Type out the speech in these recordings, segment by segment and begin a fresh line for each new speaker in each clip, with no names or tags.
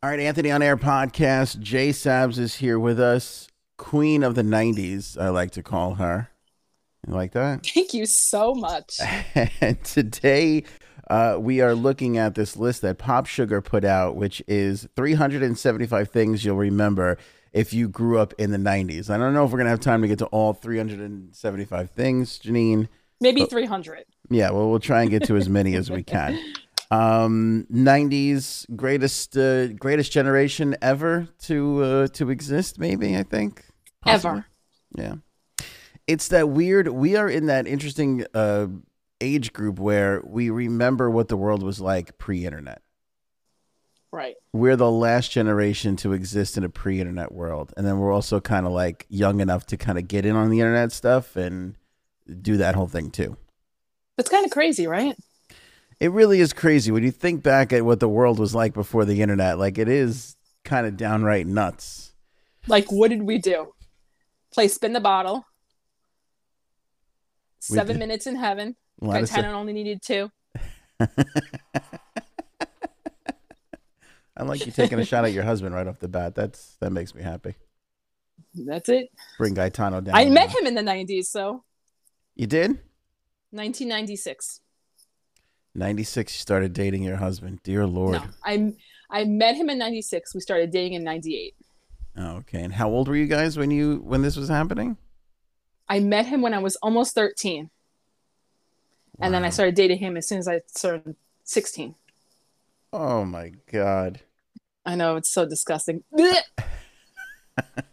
All right, Anthony on Air podcast. Jay Sabs is here with us, queen of the 90s, I like to call her. You like that?
Thank you so much.
and today uh, we are looking at this list that Pop Sugar put out, which is 375 things you'll remember if you grew up in the 90s. I don't know if we're going to have time to get to all 375 things, Janine.
Maybe 300.
Yeah, well, we'll try and get to as many as we can. Um, 90s greatest uh, greatest generation ever to uh, to exist, maybe I think
Ever.
Yeah, it's that weird. We are in that interesting uh, age group where we remember what the world was like pre-internet.
Right.
We're the last generation to exist in a pre-internet world, and then we're also kind of like young enough to kind of get in on the internet stuff and do that whole thing too.
That's kind of crazy, right?
It really is crazy when you think back at what the world was like before the internet. Like it is kind of downright nuts.
Like, what did we do? Play spin the bottle.
We
Seven
did-
minutes in heaven.
A lot
Got
of
ten
stuff.
and only needed two.
I like you taking a shot at your husband right off the bat. That's that makes me happy.
That's it.
Bring Gaetano down.
I
now.
met him in the 90s, so
You did?
1996.
Ninety six. You started dating your husband. Dear Lord.
No, I I met him in 96. We started dating in 98.
Oh, okay. And how old were you guys when you when this was happening?
I met him when I was almost 13, and then I
Wow.
started dating him as soon as I turned 16.
Oh my god.
I know it's so disgusting. Blech.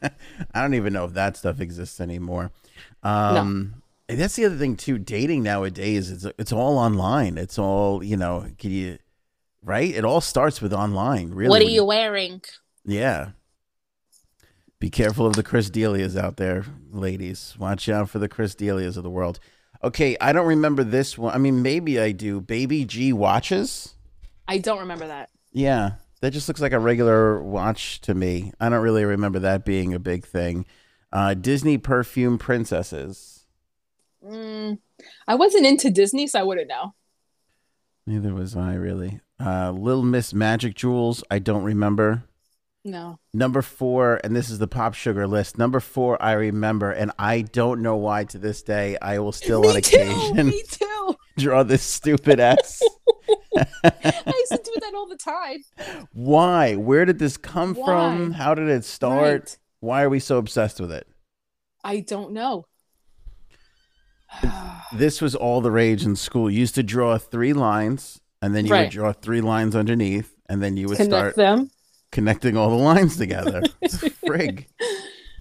I don't even know if that stuff exists anymore. Um and that's the other thing too. Dating nowadays, it's it's all online. It's all you know. Can you right? It all starts with online. Really.
What are
when
you wearing?
Yeah. Be careful of the Chris Delias out there, ladies. Watch out for the Chris Delias of the world. Okay, I don't remember this one. I mean, maybe I do. Baby G watches.
I don't remember that.
Yeah, that just looks like a regular watch to me. I don't really remember that being a big thing. Uh, Disney perfume princesses.
Mm, I wasn't into Disney, so I wouldn't know.
Neither was I really. Uh, Little Miss Magic Jewels. I don't remember.
No.
Number four, and this is the pop sugar list. Number four, I remember, and I don't know why to this day. I will still on
me too.
occasion
Me too.
draw this stupid S.
I used to do that all the time.
why? Where did this come from?
Why?
How did it start?
Right.
Why are we so obsessed with it?
I don't know.
This was all the rage in school. You used to draw three lines, and then you would
Right.
draw three lines underneath, and then you would
Connect
start
them.
connecting all the lines together. Frig.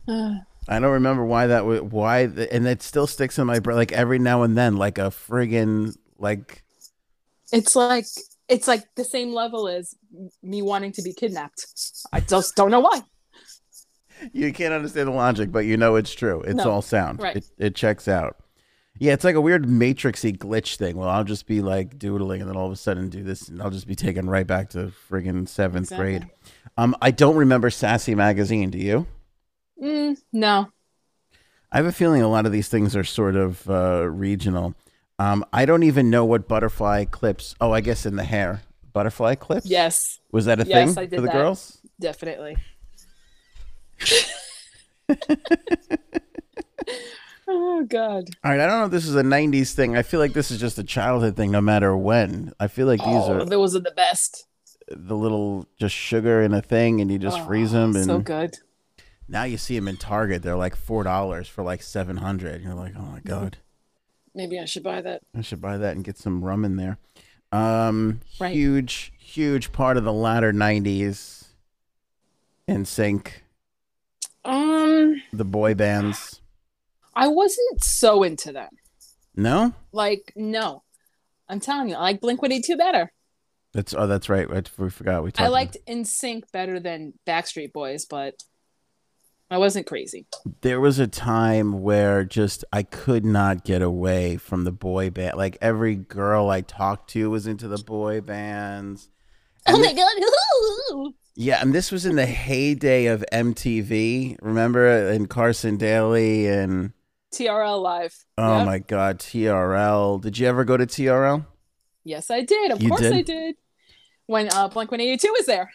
Uh,
I don't remember why that was why, th- and it still sticks in my brain. Like every now and then, like a friggin' like
it's like it's like the same level as me wanting to be kidnapped. I just don't know why.
you can't understand the logic, but you know it's true. It's
No.
all sound.
Right.
It, it checks out. Yeah, it's like a weird matrixy glitch thing. Well, I'll just be like doodling, and then all of a sudden do this, and I'll just be taken right back to friggin' seventh
Exactly.
grade. Um, I don't remember Sassy magazine. Do you?
Mm, no.
I have a feeling a lot of these things are sort of uh, regional. Um, I don't even know what butterfly clips. Oh, I guess in the hair, butterfly clips.
Yes,
Was that a
Yes,
thing
I did
for the
that.
girls?
definitely. oh God.
All right, I don't know if this is a '90s thing. I feel like this is just a childhood thing, no matter when. I feel like these
oh,
are
those are the best.
the little just sugar in a thing, and you just
Oh,
freeze them. And
So good.
now you see them in Target; they're like four dollars for like seven hundred. You're like, oh my
Mm-hmm.
god,
Maybe I should buy that.
I should buy that and get some rum in there. Um,
Right.
huge, huge part of the latter '90s. In sync,
Um,
the boy bands.
I wasn't so into them.
No,
Like, no. I'm telling you, I like Blink 182 better.
that's oh, that's right. right, We forgot we talked.
I
about-
liked In Sync better than Backstreet Boys, but I wasn't crazy.
there was a time where just I could not get away from the boy band. Like every girl I talked to was into the boy bands. And
oh
thi-
my god! ooh.
yeah, and this was in the heyday of MTV. Remember, and Carson Daly and
TRL Live.
oh
Yep.
my god, TRL. Did you ever go to TRL?
Yes, I did. Of
You
course
did?
I did. When uh, Blink 182 was there.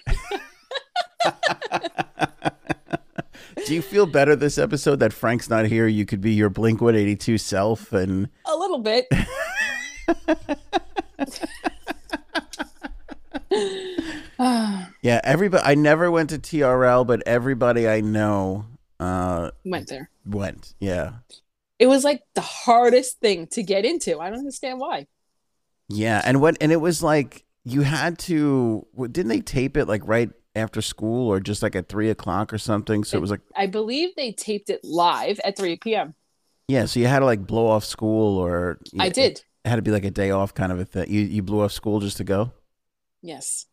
Do you feel better this episode that Frank's not here? You could be your Blink 182 self and
A little bit.
yeah, everybody I never went to TRL, but everybody I know uh
Went there.
went. Yeah.
It was like the hardest thing to get into. I don't understand why.
Yeah, and what and it was like you had to what- didn't they tape it like right after school or just like at three o'clock or something? So it was like
I believe they taped it live at 3 p.m.
yeah, so you had to like blow off school or
I did.
It had to be like a day off kind of a thing. You you blew off school just to go?
Yes.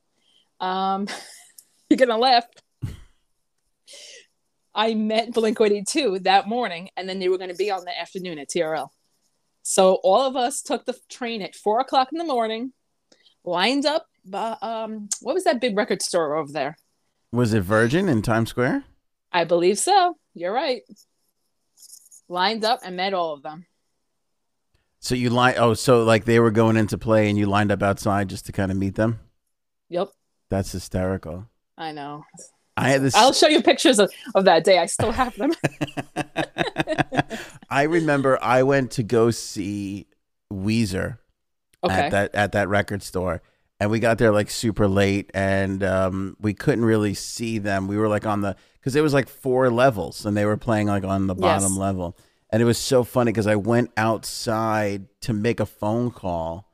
Um, you're gonna laugh. I met Blink 182 that morning, and then they were going to be on the afternoon at TRL. So all of us took the train at four o'clock in the morning, lined up. bu- Um, what was that big record store over there?
Was it Virgin in Times Square?
I believe so. You're right. Lined up and met all of them.
So you line oh, so like they were going into play and you lined up outside just to kind of meet them?
Yep,
That's hysterical.
I know.
I had this
I'll show you pictures of, of that day. I still have them.
I remember I went to go see Weezer
Okay.
at that at that record store. And we got there like super late and um, we couldn't really see them. We were like on the because it was like four levels and they were playing like on the bottom
Yes.
level. And it was so funny because I went outside to make a phone call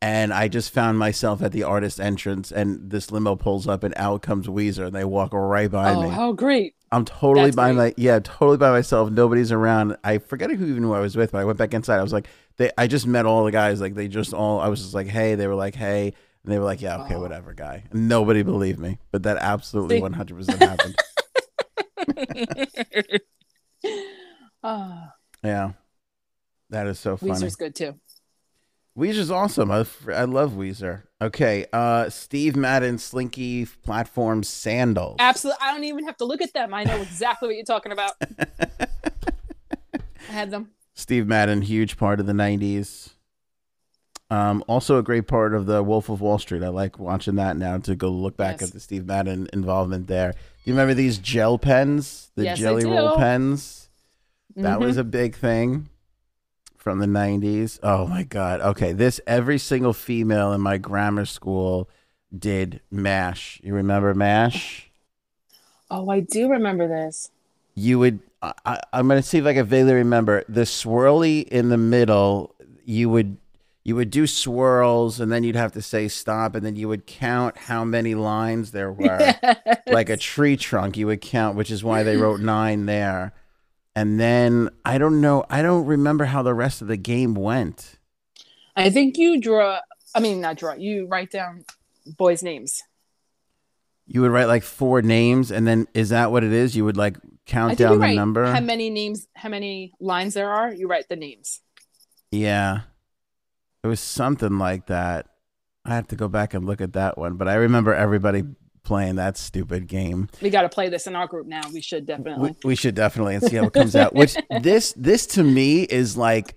and I just found myself at the artist entrance and this limo pulls up and out comes Weezer and they walk right by
oh,
me.
how great!
I'm totally
That's
by
great.
my yeah, totally by myself. Nobody's around. I forget who even who I was with, but I went back inside. I was like, they. I just met all the guys. Like they just all. I was just like, hey. They were like, hey, and they were like, yeah, okay,
Wow.
whatever, guy. And nobody believed me, but that absolutely
See?
100 percent happened.
Ah,
Yeah, that is so funny.
Weezer's
Weezer's,
good too.
awesome. I, f- I love Weezer. Okay, uh, Steve Madden, Slinky platform sandals.
Absolutely. I don't even have to look at them. I know exactly what you're talking about. I had them.
Steve Madden, huge part of the '90s. Um, also a great part of the Wolf of Wall Street. I like watching that now to go look back
Yes.
at the Steve Madden involvement there. Do you remember these gel pens, the
Yes, I
jelly roll
do.
pens? That
Mhm.
was a big thing from the '90s. Oh my God! Okay, this every single female in my grammar school did Mash. You remember Mash?
Oh, I do remember this.
you would I, I, i'm going to see if i can vaguely remember the swirly in the middle you would you would do swirls and then you'd have to say stop and then you would count how many lines there were like a tree trunk you would count which is why they wrote nine there and then i don't know i don't remember how the rest of the game went
I think you draw. I mean, not draw. You write down boys' names.
you would write like four names and then is that what it is you would like
I
count
think
down
you
the
write
number
how many names, how many lines there are. You write the names.
Yeah. It was something like that. I have to go back and look at that one, but I remember everybody playing that stupid game.
We got to play this in our group now. We should
We,
definitely.
we should definitely and see how it comes out. Which this this to me is like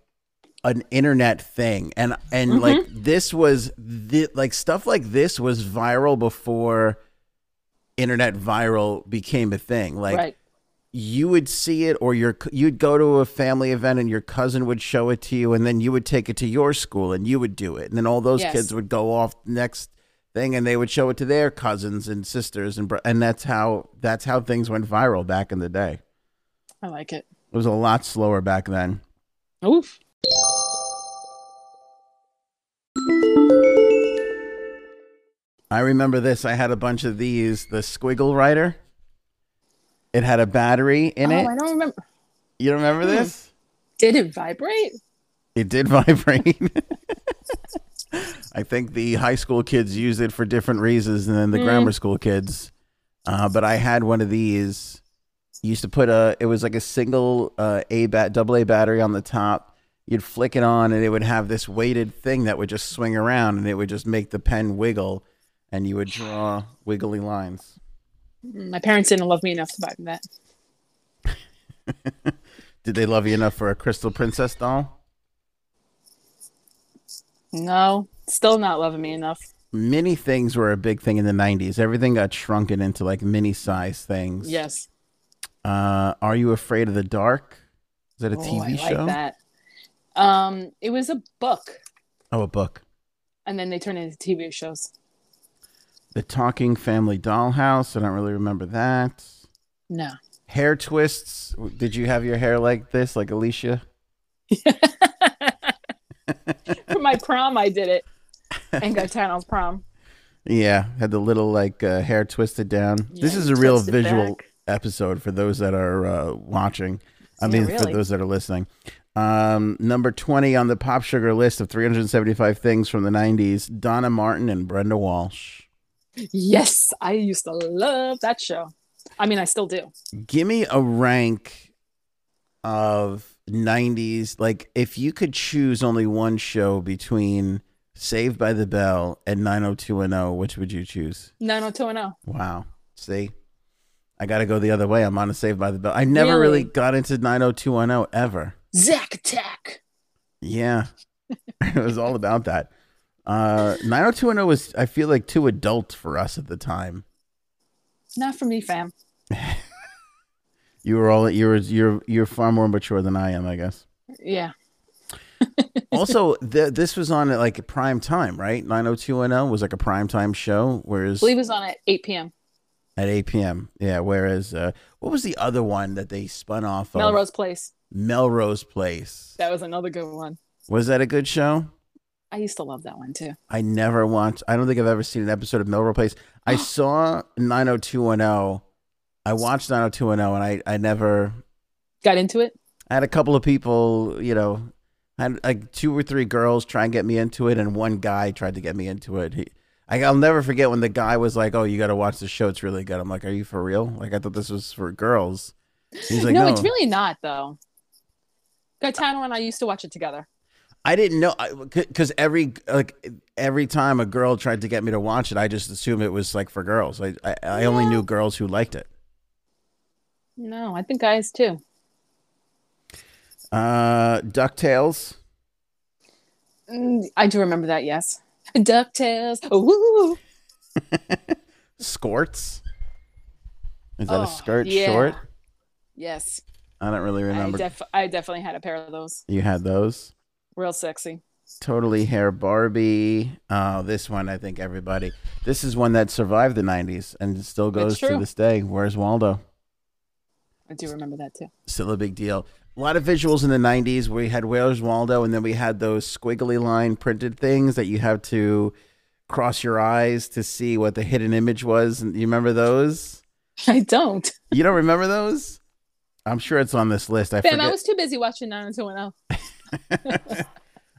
an internet thing. And and like this was the, like stuff like this was viral before internet viral became a thing. Like
right.
you would see it or your you'd go to a family event and your cousin would show it to you and then you would take it to your school and you would do it and then all those
Yes.
kids would go off next thing and they would show it to their cousins and sisters and bro- and that's how that's how things went viral back in the day
I like it.
it was a lot slower back then
Oof.
i remember this i had a bunch of these the squiggle rider it had a battery in
oh,
it
I Hmm. don't remember.
you remember this
Did it vibrate?
It did vibrate. I think the high school kids used it for different reasons than the grammar school kids. Uh, but I had one of these. Used to put a. It was like a single uh, a bat double A battery on the top. You'd flick it on, and it would have this weighted thing that would just swing around, and it would just make the pen wiggle, and you would draw wiggly lines.
My parents didn't love me enough to buy me that.
Did they love you enough for a crystal princess doll?
No, still not loving me enough.
mini things were a big thing in the 90s. Everything got shrunken into like mini size things.
Yes.
Uh, Are You Afraid of the Dark? Is that a
Oh,
TV
I
show?
Like that. Um, it was a book,
Oh, a book.
and then they turned it into TV shows.
The Talking Family Dollhouse. I don't really remember that.
No.
Hair twists. Did you have your hair like this, like Alicia?
For my prom, I did it. And got town on prom.
Yeah, had the little like uh, hair twisted down. this
Yeah,
is a real
twist it
visual
back.
episode for those that are uh, watching. I
Yeah,
mean, for
really.
those that are listening. Um, number 20 on the Pop Sugar list of 375 things from the 90s Donna Martin and Brenda Walsh.
Yes, I used to love that show. I mean, I still do.
Give me a rank of 90s. Like, if you could choose only one show between Saved by the Bell and 90210, which would you choose?
90210.
Wow. See, I got to go the other way. I'm on a Saved by the Bell. I never really,
Really?
got into 90210 ever.
Zack Attack.
Yeah. it was all about that. Uh, 90210 was, I feel like, too adult for us at the time.
Not for me, fam.
You were all, you were, you're, you're far more mature than I am, I guess.
Yeah.
Also, th- this was on at like prime time, right? 90210 was like a prime time show,
I
whereas
believe it was on at 8 p.m.
at 8 p.m. Yeah. Whereas, uh, what was the other one that they spun off of?
Melrose Place.
Melrose Place.
That was another good one.
Was that a good show?
I used to love that one too.
I never watched. I don't think I've ever seen an episode of Melrose Place. I saw 90210. I watched 90210, and I I never.
Got into it?
I had a couple of people, you know, had like two or three girls try and get me into it, and one guy tried to get me into it. He, I, I'll never forget when the guy was like, "Oh, you got to watch the show. It's really good." I'm like, "Are you for real? Like, I thought this was for girls." He's like,
no,
"No,
it's really not though. Gaetano and I used to watch it together.
I didn't know because every like every time a girl tried to get me to watch it, I just assumed it was like for girls. I I, I only
Yeah.
knew girls who liked it.
No, I think guys too.
Uh, Ducktales.
Mm, I do remember that, yes. DuckTales. Ooh.
Skorts. Is that
Oh,
a skirt
yeah.
short?
Yes.
I don't really
I,
remember.
def- I definitely had a pair of those.
you had those.
Real sexy.
Totally hair Barbie. Oh, this one I think everybody. This is one that survived the '90s and it still
That's
goes to
true.
this day. Where's Waldo?
I do remember that too.
Still a big deal. A lot of visuals in the '90s. We had Where's Waldo, and then we had those squiggly line printed things that you have to cross your eyes to see what the hidden image was. And you remember those?
I don't.
You don't remember those? I'm sure it's on this list. I
Fam,
forget.
I was too busy watching 90210.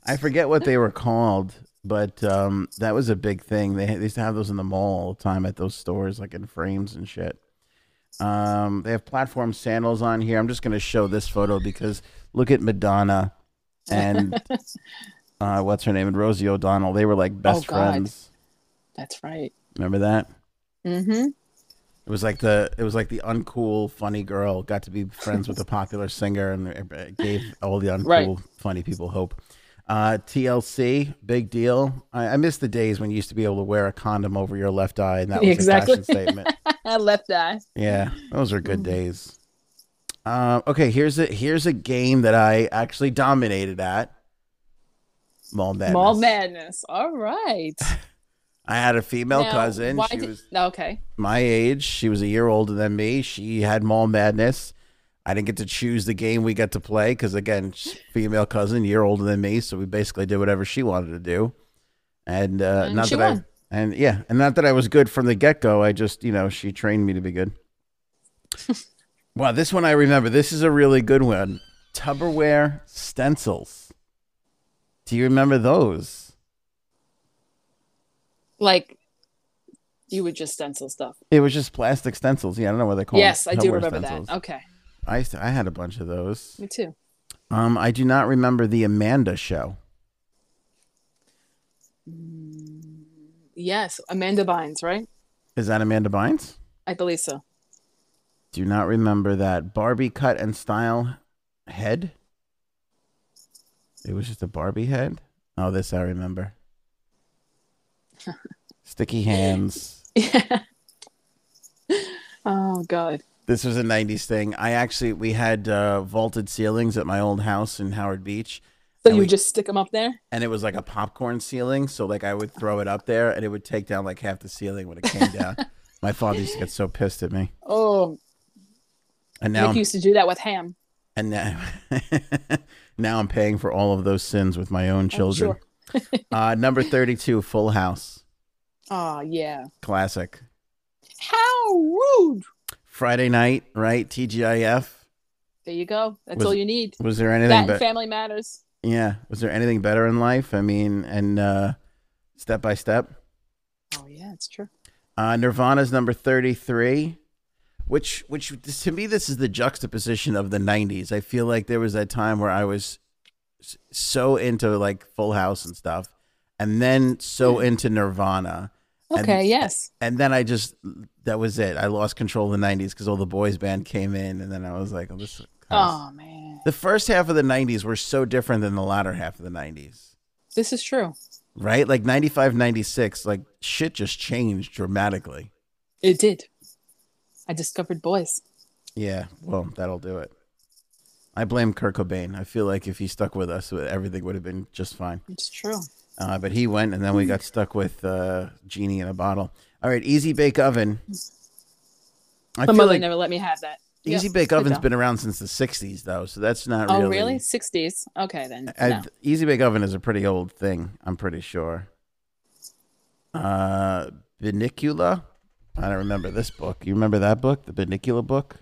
I forget what they were called, but um, that was a big thing. They, they used to have those in the mall all the time at those stores, like in frames and shit. Um, they have platform sandals on here. I'm just going to show this photo because look at Madonna and uh, what's her name and Rosie O'Donnell. They were like best
God.
friends.
That's right.
Remember that?
Mm-hmm.
It was like the it was like the uncool funny girl got to be friends with the popular singer and it gave all the uncool
Right.
funny people hope. Uh, TLC, big deal. I, I miss the days when you used to be able to wear a condom over your left eye, and that was
Exactly. Mm-hmm.
a fashion statement.
I left eye.
Yeah, those are good days. Uh, okay, here's a here's a game that I actually dominated at. Mall Madness.
Mall madness. All right.
I had a female
Now,
cousin.
why
She
did-
was
Okay.
my age. She was a year older than me. She had mall madness. I didn't get to choose the game we got to play because, again, she's a female cousin, year older than me. So we basically did whatever she wanted to do. And, uh,
And
not
she
that
won.
I, and yeah, and not that I was good from the get go. I just, you know, she trained me to be good. wow, this one I remember. This is a really good one Tupperware stencils. Do you remember those?
Like, you would just stencil stuff.
It was just plastic stencils. Yeah, I don't know what they call them.
yes, I do
Tupperware
remember
stencils.
that. Okay.
I used to, I had a bunch of those.
Me too.
Um, I do not remember the Amanda show.
Yes. Amanda Bynes, right?
Is that Amanda Bynes?
I believe so.
Do not remember that Barbie cut and style head. It was just a Barbie head. Oh, this I remember. Sticky hands.
Yeah. Oh God.
This was a 90s thing. I actually, we had uh, vaulted ceilings at my old house in Howard Beach,
So
And
you
we-
just stick them up there?
and it was like a popcorn ceiling. So, like, I would throw it up there and it would take down like half the ceiling when it came down. my father used to get so pissed at me.
Oh,
And now,
Nick
I'm,
used to do that with ham.
and now, now I'm paying for all of those sins with my
Oh,
own children. uh, number 32, Full House.
Oh yeah.
Classic.
How rude.
Friday night, right? TGIF.
There you go. That's
Was-
all you need.
Was there
That
anything
and
but
Family Matters.
yeah, was there anything better in life? I mean, and uh step by step.
Oh yeah, it's true.
Uh Nirvana's number 33, which which to me this is the juxtaposition of the 90s. I feel like there was that time where I was s- so into like Full House and stuff and then so into Nirvana. And-
Okay. yes.
And then I just that was it. I lost control of the 90s cuz all the boys band came in and then I was like, oh, this is-
Oh man,
The first half of the 90s were so different than the latter half of the 90s.
this is true.
right? Like 95, 96, like shit just changed dramatically.
It did. I discovered boys.
Yeah, well, that'll do it. I blame Kurt Cobain. I feel like if he stuck with us, everything would have been just fine.
It's true.
Uh, but he went, and then we got stuck with uh, Genie in a bottle. All right, Easy Bake Oven. I
My
feel
mother
like
never let me have that.
Easy
Yep,
Bake
good
Oven's
though.
been around since the 60s, though, so that's not
Oh
really.
really? Sixties. Okay then.
I-
No.
Easy Bake Oven is a pretty old thing, I'm pretty sure. Uh, Binicula? I don't remember this book. You remember that book? The Binicula book?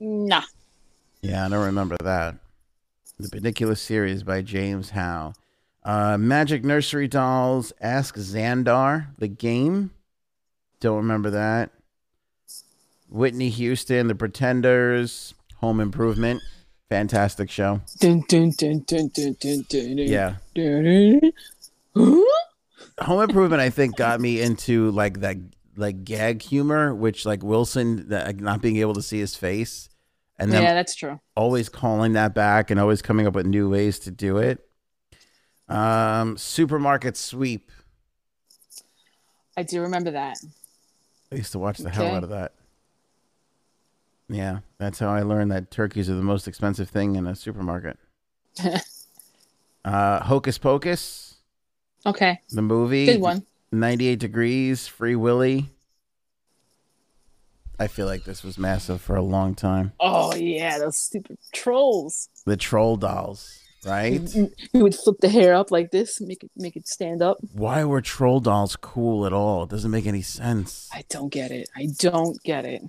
Nah.
Yeah, I don't remember that. The Binicula series by James Howe. Uh, Magic Nursery Dolls, Ask Xandar, the game. Don't remember that. Whitney Houston, The Pretenders, Home Improvement. Fantastic show.
Dun, dun, dun, dun, dun, dun, dun, dun,
Yeah.
dun, dun, dun. Huh?
Home Improvement, I think, got me into like that like gag humor, which like Wilson that, like, not being able to see his face, and then
Yeah, that's true.
always calling that back and always coming up with new ways to do it. Um, supermarket sweep.
I do remember that.
I used to watch the hell
Okay.
out of that. Yeah, that's how I learned that turkeys are the most expensive thing in a supermarket. uh, Hocus Pocus,
Okay,
the movie.
good one.
98 degrees, Free Willy. I feel like this was massive for a long time.
Oh yeah, those stupid trolls.
The troll dolls, right?
You would flip the hair up like this, make it make it stand up.
Why were troll dolls cool at all? It doesn't make any sense.
I don't get it. I don't get it.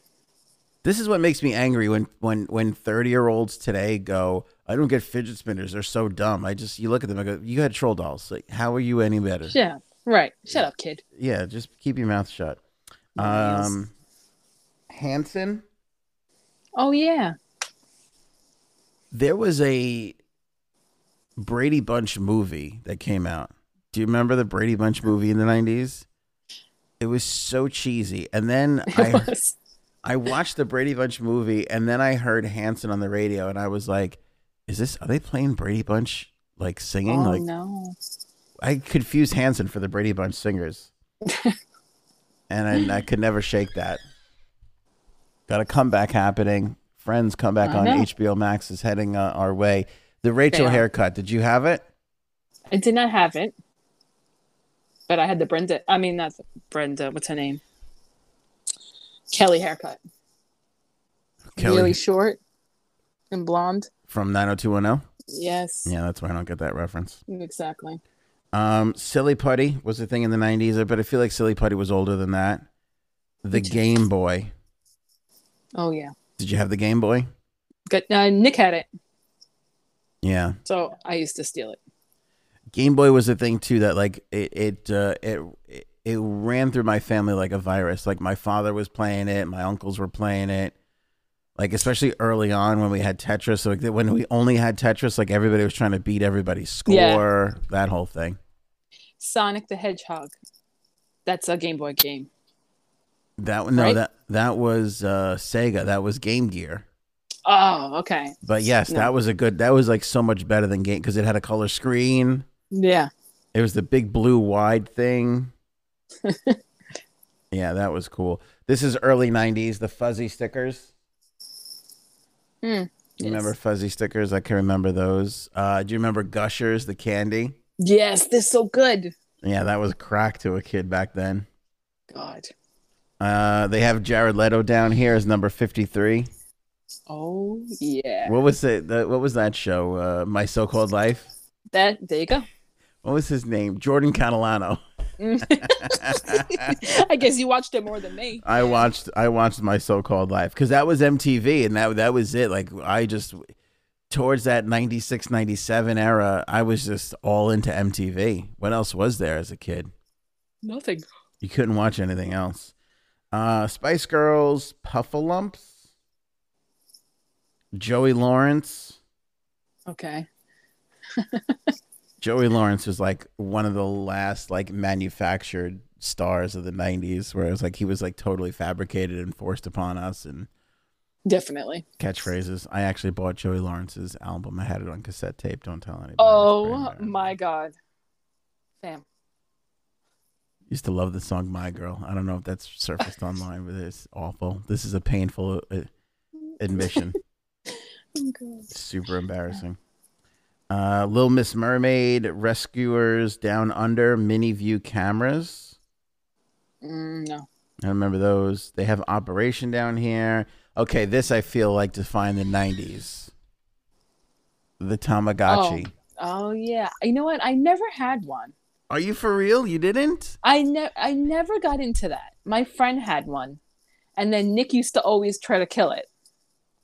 This is what makes me angry when when when 30-year-olds today go, I don't get fidget spinners, they're so dumb. I just you look at them I go, you had troll dolls. Like how are you any better?
Yeah, right. Shut up, kid.
Yeah, just keep your mouth shut.
Yes.
Um Hanson
Oh yeah.
There was a Brady Bunch movie that came out. Do you remember the Brady Bunch movie in the 90s? It was so cheesy. And then I I watched the Brady Bunch movie and then I heard Hanson on the radio and I was like, is this are they playing Brady Bunch like singing?
oh
like
no.
I confused Hanson for the Brady Bunch singers. and I, I could never shake that. Got a comeback happening. Friends comeback
I
on
know.
HBO Max is heading uh, our way. The Rachel
Fair.
haircut. Did you have it?
I did not have it. But I had the Brenda I mean not Brenda, what's her name? Kelly haircut. Really short and blonde.
from 90210.
Yes.
Yeah, that's why I don't get that reference.
Exactly.
Um, Silly Putty was a thing in the 90s, but I feel like Silly Putty was older than that. The Game Boy.
Oh yeah.
Did you have the Game Boy?
Good uh, Nick had it,
Yeah.
so I used to steal it.
Game Boy was a thing too that like it it uh, it it- it ran through my family like a virus. Like my father was playing it, my uncles were playing it. Like especially early on when we had Tetris, so like when we only had Tetris, like everybody was trying to beat everybody's score,
Yeah.
that whole thing.
Sonic the Hedgehog. That's a Game Boy game.
That no,
Right?
that that was uh, Sega. That was Game Gear.
Oh, okay.
But yes,
No.
that was a good. That was like so much better than Game because it had a color screen.
Yeah.
It was the big blue wide thing. yeah, that was cool. This is early '90s. The fuzzy stickers.
Hmm,
You Remember fuzzy stickers? I can remember those. Uh, do you remember Gushers, the candy?
Yes, they're so good.
Yeah, that was crack to a kid back then.
God.
Uh, they have Jared Leto down here as number fifty-three.
Oh yeah.
What was it? The, what was that show? Uh, My So-Called Life.
That there you go.
What was his name? Jordan Catalano.
I guess you watched it more than me.
I watched I watched my so-called life because that was MTV and that that was it. Like I just towards that 96, 97 era, I was just all into MTV. What else was there as a kid?
Nothing.
You couldn't watch anything else. Uh, Spice Girls, Puffalumps, Joey Lawrence.
Okay.
Joey Lawrence was like one of the last like manufactured stars of the 90s where it was like he was like totally fabricated and forced upon us and
Definitely.
catchphrases. I actually bought Joey Lawrence's album. I had it on cassette tape. Don't tell anybody.
Oh
It's great.
my god. Sam.
Used to love the song "My Girl." I don't know if that's surfaced online, but it's awful. This is a painful uh, admission. Super embarrassing. Uh, Little Miss Mermaid, Rescuers, Down Under, Mini View Cameras.
Mm, no.
I remember those. They have Operation down here. Okay, this I feel like defined the '90s. The Tamagotchi.
Oh yeah. You know what? I never had one.
Are you for real? You didn't?
I ne- I never got into that. My friend had one. And then Nick used to always try to kill it.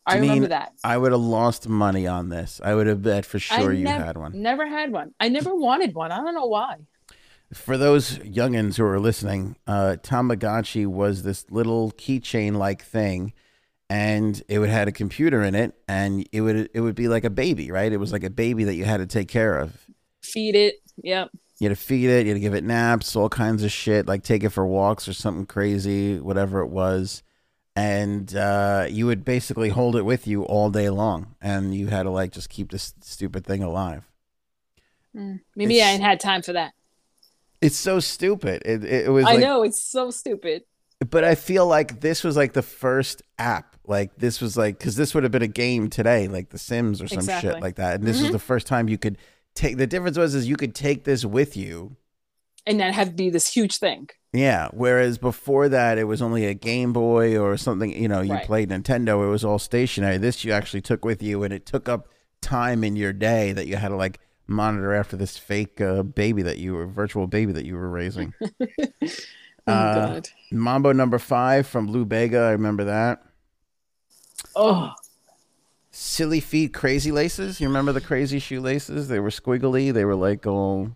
I
I mean,
remember that.
I would have lost money on this. I would have bet for
I
sure you
nev-
had one.
Never had one. I never wanted one. I don't know why.
For those youngins who are listening, uh, Tamagotchi was this little keychain-like thing, and it would had a computer in it, and it would it would be like a baby, right? It was like a baby that you had to take care of.
Feed it. Yep.
You had to feed it, you had to give it naps, all kinds of shit, like take it for walks or something crazy, whatever it was. And uh, you would basically hold it with you all day long, and you had to like just keep this stupid thing alive.
Maybe I
It's-
ain't had time for that.
It's so stupid. It, it, it was.
I
like,
know it's so stupid.
but I feel like this was like the first app. Like this was like because this would have been a game today, like The Sims or some
Exactly.
shit like that. And this was
Mhm.
the first time you could take. The difference was is you could take this with you.
And that have be this huge thing.
Yeah. Whereas before that, it was only a Game Boy or something. You know, you
Right.
played Nintendo. It was all stationary. This you actually took with you, and it took up time in your day that you had to like monitor after this fake uh, baby that you were virtual baby that you were raising.
Oh
Uh,
god.
Mambo number five from Lou Bega. I remember that. uh,
Oh
Silly feet, crazy laces. You remember the crazy shoelaces? They were squiggly. They were like, oh,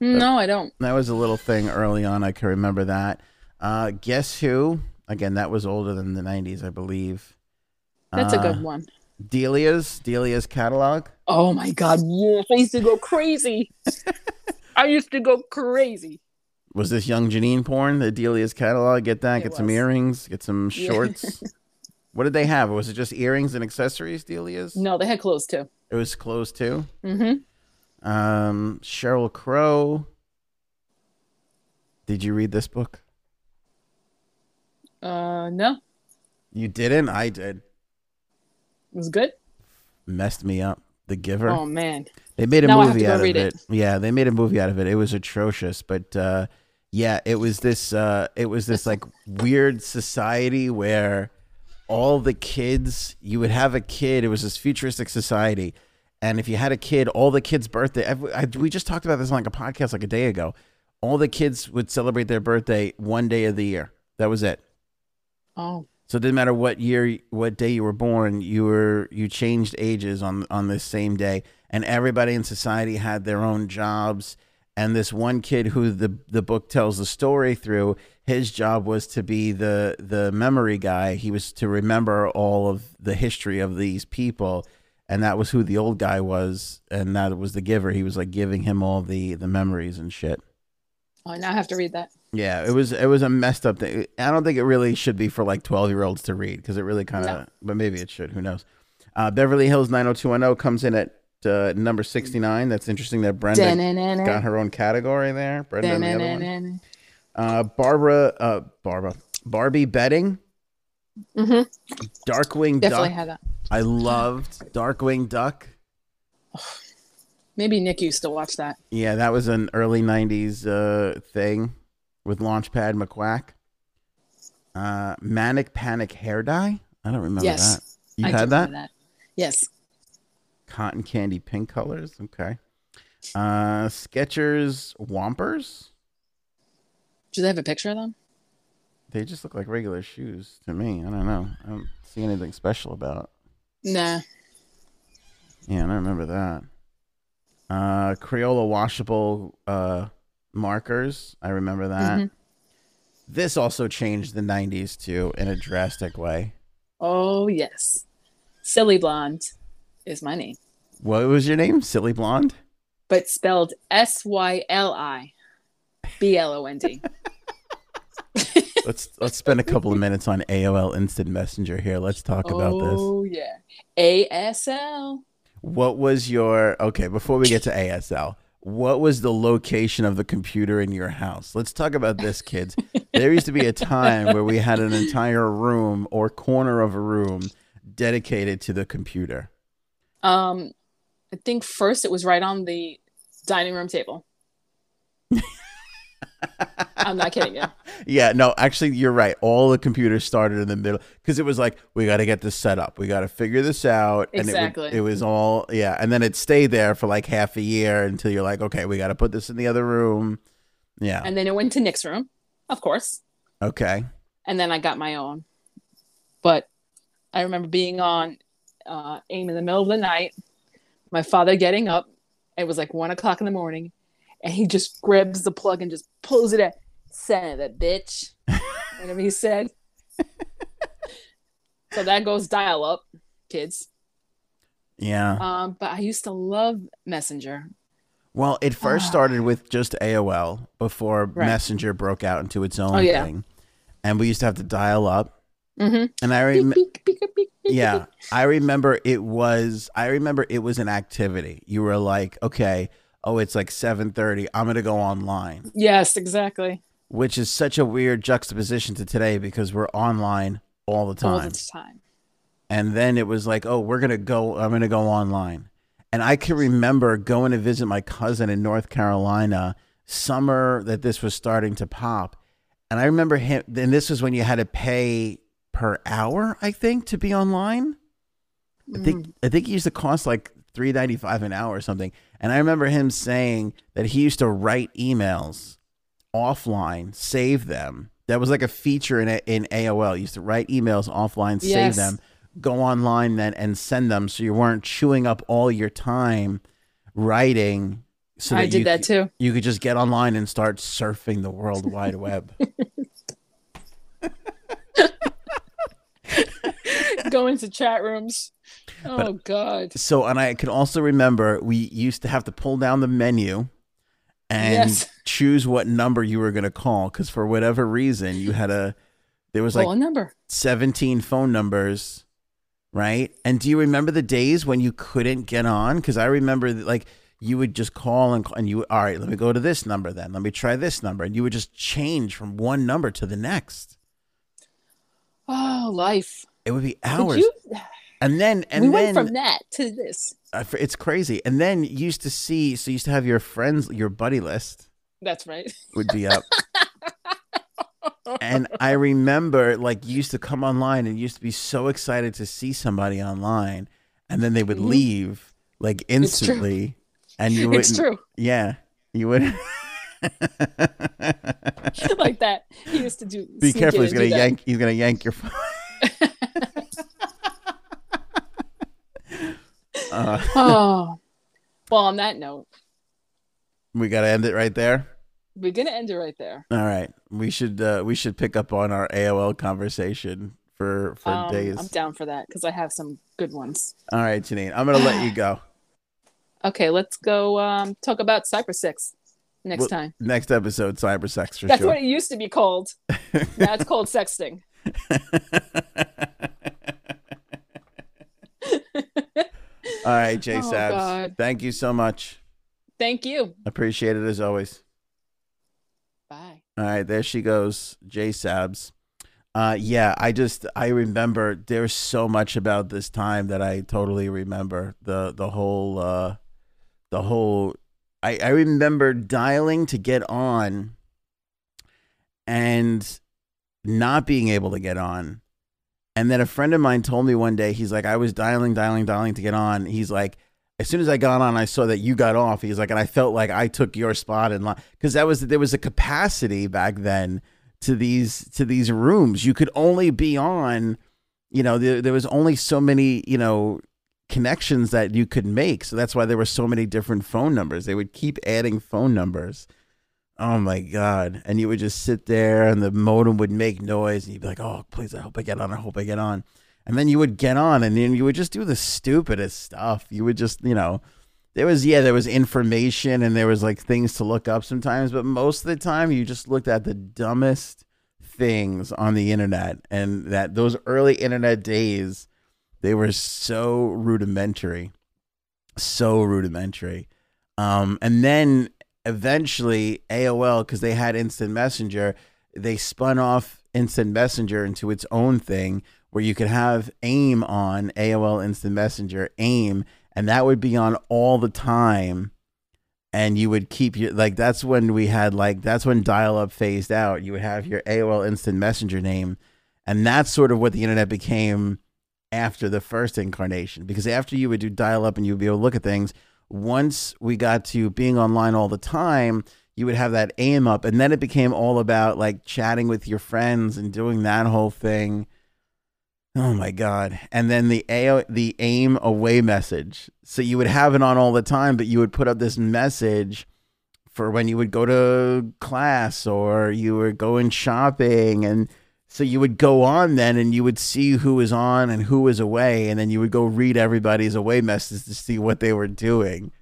no, I don't.
that was a little thing early on. I can remember that. Uh, Guess who? Again, that was older than the 90s, I believe.
That's a
Uh,
good one.
Delia's, Delia's catalog.
Oh my god, yes. I used to go crazy. I used to go crazy.
Was this young Janine porn? The Delia's catalog. Get that.
It
get some
was.
earrings. Get some
Yeah.
shorts. what did they have? Was it just earrings and accessories, Delia's?
No, they had clothes too.
It was clothes too.
Mm-hmm.
Um, Cheryl Crow. Did you read this book?
Uh no.
You didn't? I did.
It was good.
Messed me up. The Giver.
Oh man.
they made a
now I have
movie
to go
out of it.
read it.
Yeah, they made a movie out of it. It was atrocious, but uh yeah, it was this uh it was this like weird society where all the kids you would have a kid, it was this futuristic society. And if you had a kid, all the kids' birthday every, I, we just talked about this on like a podcast like a day ago. All the kids would celebrate their birthday one day of the year. That was it.
Oh.
So it didn't matter what year, what day you were born, you were you changed ages on on this same day, and everybody in society had their own jobs. And this one kid who the the book tells the story through, his job was to be the the memory guy. He was to remember all of the history of these people, and that was who the old guy was, and that was the giver. He was like giving him all the the memories and shit.
Oh now I have to read that.
Yeah, it was it was a messed up thing. I don't think it really should be for like twelve year olds to read because it really kind of.
No.
But maybe it should. Who knows? Uh, Beverly Hills nine hundred two one zero comes in at uh, number sixty nine. That's interesting that Brenda got
Dun-dun-dun-dun.
her own category there. Brenda and the other one.
Dun-dun-dun-dun.
Uh, Barbara, uh, Barbara, Barbie Betting,
hmm
Darkwing
Definitely
Duck.
had that.
I loved Darkwing Duck.
Maybe Nick used to watch that.
Yeah, that was an early '90s uh, thing with Launchpad McQuack. Uh, Manic Panic Hair Dye. I don't remember
yes,
that. You
I do
had that?
remember Yes.
Cotton candy pink colors. Okay. Uh, Skechers Wompers.
Do they have a picture of them?
They just look like regular shoes to me. I don't know. I don't see anything special about. it.
Nah.
Yeah, I don't remember that. Uh, Crayola washable uh, markers. I remember that.
Mhm.
This also changed the 90s too in a drastic way.
Oh yes. Silly blonde is my name,
What was your name? Silly Blonde?
but spelled S Y L I B L O N D.
Let's let's spend a couple of minutes on AOL Instant Messenger here. Let's talk about this.
Oh yeah. ASL.
What was your okay? Before we get to ASL, what was the location of the computer in your house? Let's talk about this, kids. there used to be a time where we had an entire room or corner of a room dedicated to the computer.
Um, I think first it was right on the dining room table. I'm not kidding you.
Yeah, no, actually, you're right. All the computers started in the middle because it was like we got to get this set up, we got to figure this out,
Exactly.
and it, would- it was all yeah. And then it stayed there for like half a year until you're like, okay, we got to put this in the other room. Yeah.
And then it went to Nick's room, of course.
okay.
And then I got my own. But I remember being on uh, AIM in the middle of the night, my father getting up. It was like one o'clock in the morning. And he just grabs the plug and just pulls it out. Son of a bitch. Whatever he said. so that goes dial up, kids.
Yeah.
Um, but I used to love Messenger.
Well, it first
Ah.
started with just AOL before
Right.
Messenger broke out into its own
Oh, yeah.
thing, and we used to have to dial up.
Mm-hmm.
And I remember.
Beep, beep, beep, beep, beep, beep,
yeah
beep.
i remember it was i remember it was an activity you were like okay oh it's like 7.30 i'm gonna go online
Yes, exactly.
which is such a weird juxtaposition to today because we're online all the
All
time
the time.
and then it was like oh we're gonna go i'm gonna go online and i can remember going to visit my cousin in north carolina summer that this was starting to pop and i remember him and this was when you had to pay per hour i think to be online I
Mm.
think I think he used to cost like three ninety five an hour or something. And I remember him saying that he used to write emails offline, save them. That was like a feature in in AOL. You used to write emails offline, save
Yes.
them, go online then and send them, so you weren't chewing up all your time writing. So
I
that
did
you
that
c-
too.
You could just get online and start surfing the world wide web.
Go into chat rooms. Oh God.
So, and I can also remember we used to have to pull down the menu and
Yes.
choose what number you were going to call because for whatever reason you had a there was
Call
like
Oh, a number.
17 phone numbers, right? And do you remember the days when you couldn't get on? Because I remember that, like you would just call and call, and you all right. Let me go to this number then. Let me try this number, and you would just change from one number to the next.
Oh, life.
It would be
Did
hours,
you-
and then and
we
then
went from that to this.
I f- it's crazy. And then you used to see, so you used to have your friends, your buddy list
That's right.
would be up. and I remember, like, you used to come online and you used to be so excited to see somebody online, and then they would
Mhm.
leave like
It's true.
instantly, and you
It's
wouldn't.
true.
Yeah, you would.
like that. He used to do.
be
sneak
careful!
in
He's
and
gonna
do that.
yank. He's gonna yank your phone. uh,
Oh. Well, on that note,
we gotta end it right there.
we're gonna end it right there.
All right, we should uh, we should pick up on our AOL conversation for for
Um, I'm
days.
down for that because I have some good ones.
All right, Janine, I'm gonna let you go.
Okay, let's go um, talk about Cyber Six next
Well,
time.
Next episode, cyber sex for
That's
sure.
what it used to be called. now it's called sexting.
All right, Jay
Oh,
Sabs,
God.
thank you so much.
Thank you.
Appreciate it as always.
Bye.
All right, there she goes, J Sabs. Uh, yeah, I just I remember there's so much about this time that I totally remember the the whole uh, the whole. I, I remember dialing to get on and not being able to get on. And then a friend of mine told me one day, he's like, I was dialing, dialing, dialing to get on. He's like, as soon as I got on, I saw that you got off. He's like, and I felt like I took your spot in line because that was there was a capacity back then to these to these rooms. You could only be on, you know, there, there was only so many, you know, connections that you could make. So that's why there were so many different phone numbers. They would keep adding phone numbers. Oh my god! And you would just sit there, and the modem would make noise, and you'd be like, "Oh, please, I hope I get on. I hope I get on." and then you would get on and then you would just do the stupidest stuff you would just you know there was yeah there was information and there was like things to look up sometimes but most of the time you just looked at the dumbest things on the internet and that those early internet days they were so rudimentary so rudimentary um, and then eventually AOL because they had instant messenger they spun off instant messenger into its own thing where you could have AIM on AOL Instant Messenger, AIM, and that would be on all the time. And you would keep your, like, that's when we had, like, that's when dial up phased out. You would have your AOL Instant Messenger name. And that's sort of what the internet became after the first incarnation. Because after you would do dial up and you would be able to look at things, once we got to being online all the time, you would have that AIM up. And then it became all about, like, chatting with your friends and doing that whole thing. Oh my god! And then the a the aim away message. So you would have it on all the time, but you would put up this message for when you would go to class or you were going shopping, and so you would go on then and you would see who was on and who was away, and then you would go read everybody's away message to see what they were doing.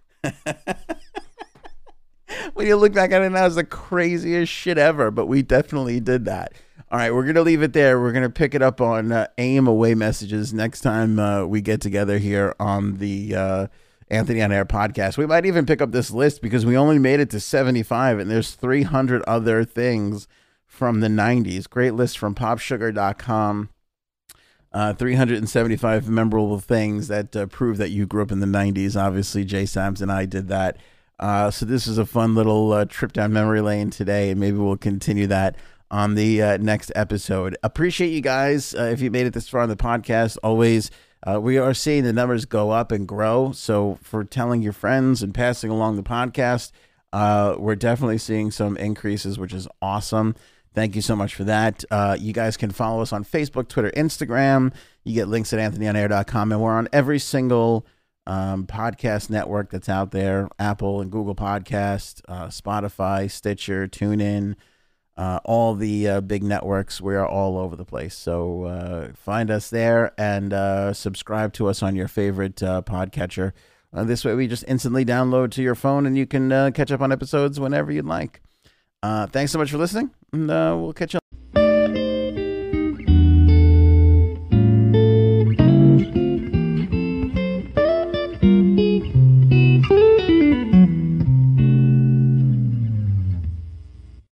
when you look back at it now, it's the craziest shit ever. But we definitely did that. All right, we're gonna leave it there. We're gonna pick it up on uh, aim away messages next time uh, we get together here on the uh, Anthony on Air podcast. We might even pick up this list because we only made it to seventy five, and there's three hundred other things from the '90s. Great list from PopSugar.com. Uh, 375 memorable things that uh, prove that you grew up in the 90s. Obviously, Jay Sams and I did that. Uh, so this is a fun little uh, trip down memory lane today, and maybe we'll continue that on the uh, next episode. Appreciate you guys uh, if you made it this far on the podcast. Always, uh, we are seeing the numbers go up and grow. So for telling your friends and passing along the podcast, uh, we're definitely seeing some increases, which is awesome. Thank you so much for that. Uh, you guys can follow us on Facebook, Twitter, Instagram. You get links at anthonyonair.com, and we're on every single um, podcast network that's out there Apple and Google Podcast, uh, Spotify, Stitcher, TuneIn, uh, all the uh, big networks. We are all over the place. So uh, find us there and uh, subscribe to us on your favorite uh, podcatcher. Uh, this way, we just instantly download to your phone and you can uh, catch up on episodes whenever you'd like. Uh, thanks so much for listening, and uh, we'll catch you.